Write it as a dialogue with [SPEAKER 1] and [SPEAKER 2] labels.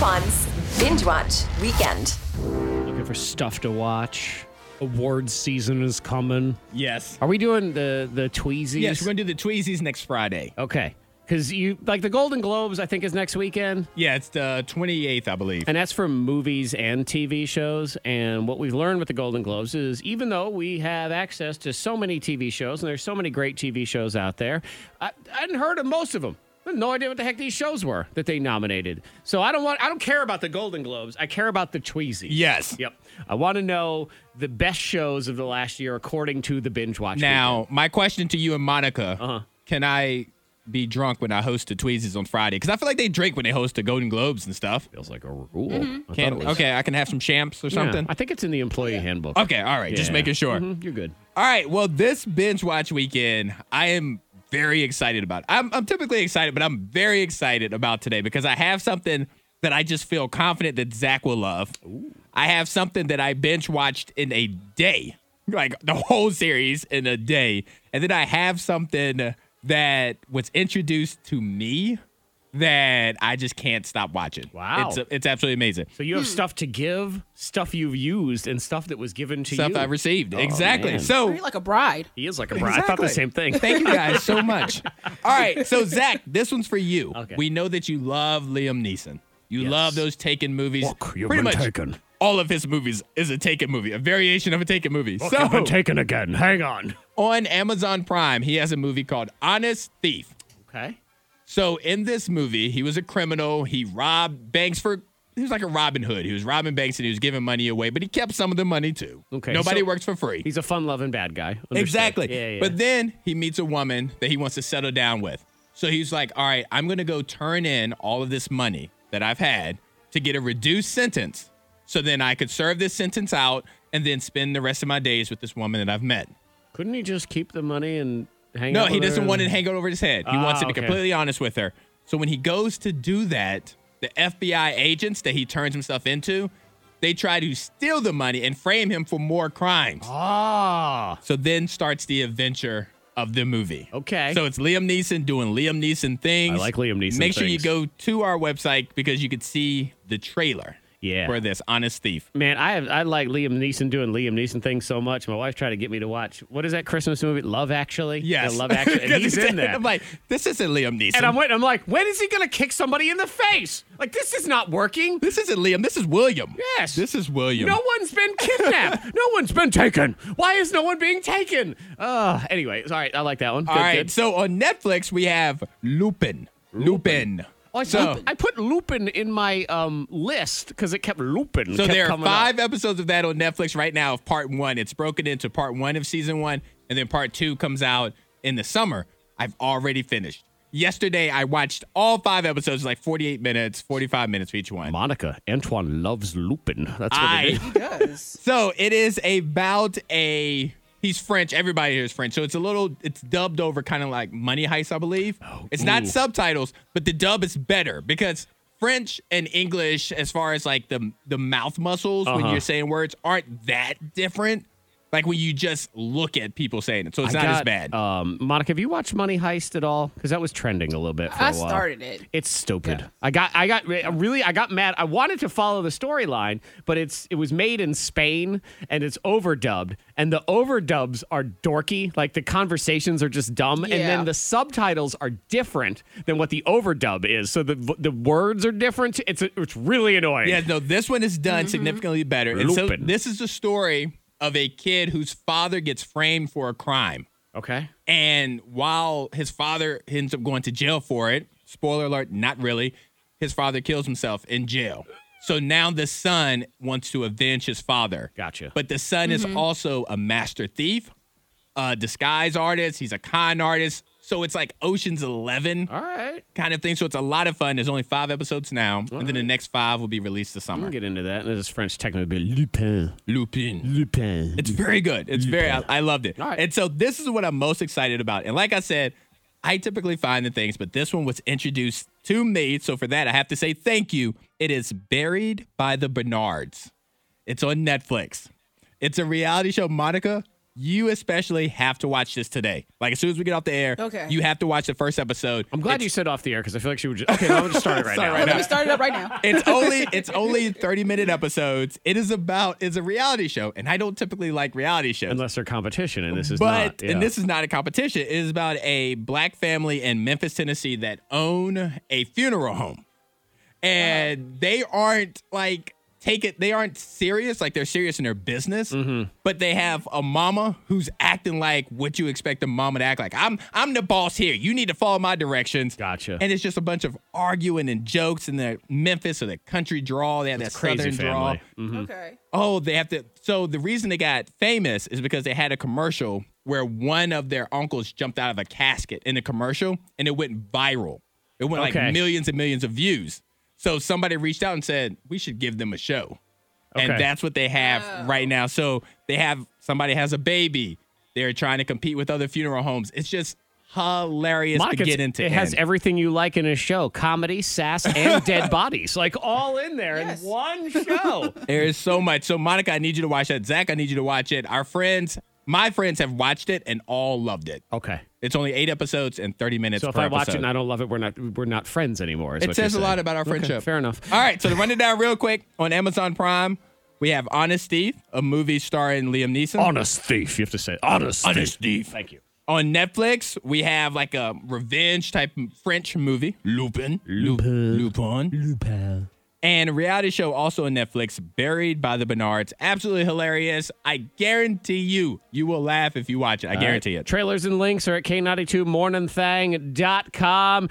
[SPEAKER 1] Bond's Binge Watch Weekend.
[SPEAKER 2] Looking for stuff to watch. Awards season is coming.
[SPEAKER 3] Yes.
[SPEAKER 2] Are we doing the the Tweezies?
[SPEAKER 3] Yes, we're going to do the Tweezies next Friday.
[SPEAKER 2] okay. Because you like the Golden Globes, I think is next weekend,
[SPEAKER 3] Yeah, it's the 28th, I believe.
[SPEAKER 2] and that's for movies and TV shows. And what we've learned with the Golden Globes is, even though we have access to so many TV shows and there's so many great TV shows out there, I, I hadn't heard of most of them. I had no idea what the heck these shows were that they nominated. So I don't want, I don't care about the Golden Globes. I care about the Tweezies.
[SPEAKER 3] Yes.
[SPEAKER 2] Yep. I want to know the best shows of the last year according to the binge watch.
[SPEAKER 3] Now, my question to you and Monica
[SPEAKER 2] Uh-huh.
[SPEAKER 3] can I be drunk when I host the Tweezies on Friday? Because I feel like they drink when they host the Golden Globes and stuff.
[SPEAKER 2] feels like a rule. I thought
[SPEAKER 3] Can,
[SPEAKER 2] it was-
[SPEAKER 3] Mm-hmm. okay, I can have some champs or
[SPEAKER 2] Yeah,
[SPEAKER 3] something.
[SPEAKER 2] I think it's in the employee handbook.
[SPEAKER 3] Okay, all right, just
[SPEAKER 2] Yeah.
[SPEAKER 3] making sure.
[SPEAKER 2] Mhm, You're good.
[SPEAKER 3] All right, well, this binge watch weekend, I am very excited about. I'm, I'm typically excited, but I'm very excited about today because I have something that I just feel confident that Zach will love. I have something that I binge watched in a day, like the whole series in a day. And then I have something that was introduced to me that I just can't stop watching.
[SPEAKER 2] Wow.
[SPEAKER 3] It's, it's absolutely amazing.
[SPEAKER 2] So you have stuff to give, stuff you've used, and stuff that was given to
[SPEAKER 3] Stuff
[SPEAKER 2] you. Oh,
[SPEAKER 3] I received. exactly.
[SPEAKER 2] man.
[SPEAKER 3] So
[SPEAKER 4] You're like a bride.
[SPEAKER 2] He is like a bride. I thought the
[SPEAKER 3] Exactly.
[SPEAKER 2] same thing.
[SPEAKER 3] Thank you guys so much. All right, so Zach, this one's for you.
[SPEAKER 2] Okay.
[SPEAKER 3] We know that you love Liam Neeson. You
[SPEAKER 2] Yes.
[SPEAKER 3] love those Taken movies.
[SPEAKER 2] Look, you've
[SPEAKER 3] Pretty
[SPEAKER 2] been
[SPEAKER 3] much
[SPEAKER 2] taken.
[SPEAKER 3] All of his movies is a Taken movie, a variation of a Taken movie.
[SPEAKER 2] Look, I've
[SPEAKER 3] so
[SPEAKER 2] been taken again. Hang on.
[SPEAKER 3] on Amazon Prime, he has a movie called Honest Thief.
[SPEAKER 2] Okay.
[SPEAKER 3] So in this movie, he was a criminal. He robbed banks for. He was like a Robin Hood. He was robbing banks and he was giving money away, but he kept some of the money too.
[SPEAKER 2] Okay,
[SPEAKER 3] Nobody
[SPEAKER 2] so-
[SPEAKER 3] works for free.
[SPEAKER 2] He's a fun-loving bad guy. Understood.
[SPEAKER 3] Exactly.
[SPEAKER 2] Yeah, yeah.
[SPEAKER 3] But then he meets a woman that he wants to settle down with. So he's like, all right, I'm going to go turn in all of this money that I've had to get a reduced sentence. So then I could serve this sentence out and then spend the rest of my days with this woman that I've met.
[SPEAKER 2] couldn't he just keep the money and hang?
[SPEAKER 3] No,
[SPEAKER 2] out
[SPEAKER 3] he
[SPEAKER 2] with her
[SPEAKER 3] doesn't want it
[SPEAKER 2] and-
[SPEAKER 3] hanging over his head. He
[SPEAKER 2] Ah,
[SPEAKER 3] wants to be
[SPEAKER 2] okay.
[SPEAKER 3] completely honest with her. So when he goes to do that, the FBI agents that he turns himself into, they try to steal the money and frame him for more crimes.
[SPEAKER 2] Ah.
[SPEAKER 3] So then starts the adventure of the movie.
[SPEAKER 2] Okay.
[SPEAKER 3] So it's Liam Neeson doing Liam Neeson things.
[SPEAKER 2] I like Liam Neeson
[SPEAKER 3] Make sure you
[SPEAKER 2] things.
[SPEAKER 3] go to our website because you could see the trailer.
[SPEAKER 2] Yeah.
[SPEAKER 3] For this Honest Thief.
[SPEAKER 2] Man, I have, I like Liam Neeson doing Liam Neeson things so much. My wife tried to get me to watch what is that Christmas movie? Love Actually.
[SPEAKER 3] Yes.
[SPEAKER 2] The Love Actually. And
[SPEAKER 3] 'Cause
[SPEAKER 2] he's
[SPEAKER 3] it's-
[SPEAKER 2] in that.
[SPEAKER 3] I'm like, this isn't Liam Neeson.
[SPEAKER 2] and I'm waiting. I'm like, when is he gonna kick somebody in the face? Like this is not working.
[SPEAKER 3] this isn't Liam. This is William.
[SPEAKER 2] Yes.
[SPEAKER 3] This is William.
[SPEAKER 2] No one's been kidnapped. no one's been taken. Why is no one being taken? Uh, anyway, all right. I like that one.
[SPEAKER 3] All
[SPEAKER 2] Good,
[SPEAKER 3] right.
[SPEAKER 2] good.
[SPEAKER 3] So on Netflix we have Lupin. Lupin.
[SPEAKER 2] Oh, I,
[SPEAKER 3] so
[SPEAKER 2] put, I put Lupin in my um, list because it kept looping.
[SPEAKER 3] So
[SPEAKER 2] kept
[SPEAKER 3] there are
[SPEAKER 2] coming up.
[SPEAKER 3] five episodes of that on Netflix right now of part one. It's broken into part one of season one, and then part two comes out in the summer. I've already finished. Yesterday, I watched all five episodes, like 48 minutes, 45 minutes for each one.
[SPEAKER 2] Monica Antoine loves Lupin. That's what it
[SPEAKER 3] I,
[SPEAKER 2] is.
[SPEAKER 4] Does.
[SPEAKER 3] so it is about a. He's French. Everybody here is French. So it's a little, it's dubbed over kind of like Money Heist, I believe. it's not
[SPEAKER 2] Oh, ooh.
[SPEAKER 3] subtitles, but the dub is better because French and English, as far as like the, the mouth muscles when
[SPEAKER 2] Uh-huh.
[SPEAKER 3] you're saying words, aren't that different. Like when you just look at people saying it. So it's
[SPEAKER 2] I
[SPEAKER 3] not as
[SPEAKER 2] got,
[SPEAKER 3] bad.
[SPEAKER 2] Um, Monica, have you watched Money Heist at all? Because that was trending a little bit. For
[SPEAKER 4] I
[SPEAKER 2] a while.
[SPEAKER 4] started it.
[SPEAKER 2] It's stupid. I got, I got re- really, I got mad. I wanted to follow the storyline, but it's it was made in Spain and it's overdubbed, and the overdubs are dorky. Like the conversations are just dumb, and
[SPEAKER 4] Yeah.
[SPEAKER 2] then the subtitles are different than what the overdub is. So the the words are different. It's it's really annoying.
[SPEAKER 3] Yeah, no, this one is done significantly better. And so
[SPEAKER 2] Mm-hmm. Lupin.
[SPEAKER 3] this is the story of a kid whose father gets framed for a crime.
[SPEAKER 2] Okay.
[SPEAKER 3] And while his father ends up going to jail for it, spoiler alert, not really, his father kills himself in jail. So now the son wants to avenge his father.
[SPEAKER 2] Gotcha.
[SPEAKER 3] But the son is also a master thief, a disguise artist, he's a con artist. So it's like Ocean's 11
[SPEAKER 2] All right.
[SPEAKER 3] kind of thing. So it's a lot of fun. There's only five episodes now. and then the next five will be released this
[SPEAKER 2] We'll
[SPEAKER 3] summer.
[SPEAKER 2] get into that. And this French techno would be Lupin.
[SPEAKER 3] Lupin.
[SPEAKER 2] Lupin.
[SPEAKER 3] It's very good. It's very. I, I loved it.
[SPEAKER 2] All right.
[SPEAKER 3] And so this is what I'm most excited about. And like I said, I typically find the things, but this one was introduced to me. So for that, I have to say thank you. It is Buried by the Bernards. It's on Netflix. It's a reality show. Monica, you especially have to watch this today. Like as soon as we get off the air,
[SPEAKER 4] Okay.
[SPEAKER 3] you have to watch the first episode.
[SPEAKER 2] I'm glad you said off the air because I feel like she would just. Okay, well, I'll just start it right now.
[SPEAKER 4] All right, let me start it up right now.
[SPEAKER 3] it's only it's only 30 minute episodes. It is about it's a reality show, and I don't typically like reality shows.
[SPEAKER 2] Unless they're competition, and this is
[SPEAKER 3] but
[SPEAKER 2] not. yeah.
[SPEAKER 3] and this is not a competition. It is about a black family in Memphis, Tennessee that own a funeral home. And they aren't like take it they aren't serious, like they're serious in their business,
[SPEAKER 2] Mm-hmm.
[SPEAKER 3] but they have a mama who's acting like what you expect a mama to act like. I'm I'm the boss here. You need to follow my directions.
[SPEAKER 2] Gotcha.
[SPEAKER 3] And it's just a bunch of arguing and jokes in the Memphis or the country drawl. They have that
[SPEAKER 2] crazy
[SPEAKER 3] southern drawl.
[SPEAKER 2] family.
[SPEAKER 4] Okay.
[SPEAKER 3] Oh, they have to. So the reason they got famous is because they had a commercial where one of their uncles jumped out of a casket in the commercial, and it went viral. It went
[SPEAKER 2] Okay.
[SPEAKER 3] like millions and millions of views. So somebody reached out and said we should give them a show,
[SPEAKER 2] Okay.
[SPEAKER 3] and that's what they have right now. So they have somebody has a baby. They're trying to compete with other funeral homes. It's just hilarious
[SPEAKER 2] Monica,
[SPEAKER 3] to
[SPEAKER 2] it's-
[SPEAKER 3] get into.
[SPEAKER 2] it has
[SPEAKER 3] end.
[SPEAKER 2] everything you like in a show: comedy, sass, and dead bodies, like all in there
[SPEAKER 4] Yes.
[SPEAKER 2] in one show.
[SPEAKER 3] There is so much. So, Monica, I need you to watch that. Zach, I need you to watch it. Our friends, my friends, have watched it and all loved it.
[SPEAKER 2] okay.
[SPEAKER 3] It's only eight episodes and 30 minutes
[SPEAKER 2] So if
[SPEAKER 3] per
[SPEAKER 2] I watch it
[SPEAKER 3] episode.
[SPEAKER 2] and I don't love it, we're not we're not friends anymore. is
[SPEAKER 3] it
[SPEAKER 2] what you're
[SPEAKER 3] says a
[SPEAKER 2] saying.
[SPEAKER 3] lot about our
[SPEAKER 2] Okay,
[SPEAKER 3] friendship.
[SPEAKER 2] fair enough.
[SPEAKER 3] All right, so to run it down real quick on Amazon Prime, we have Honest Thief, a movie starring Liam Neeson.
[SPEAKER 2] Honest thief, you have to say honest.
[SPEAKER 3] Honest thief.
[SPEAKER 2] Thank you.
[SPEAKER 3] on Netflix, we have like a revenge type French movie, Lupin. Lupin. Lupin.
[SPEAKER 2] Lupin.
[SPEAKER 3] and a reality show also on Netflix, Buried by the Bernards. Absolutely hilarious. I guarantee you, you will laugh if you watch it. I guarantee it.
[SPEAKER 2] Trailers and links are at K92morningthang.com.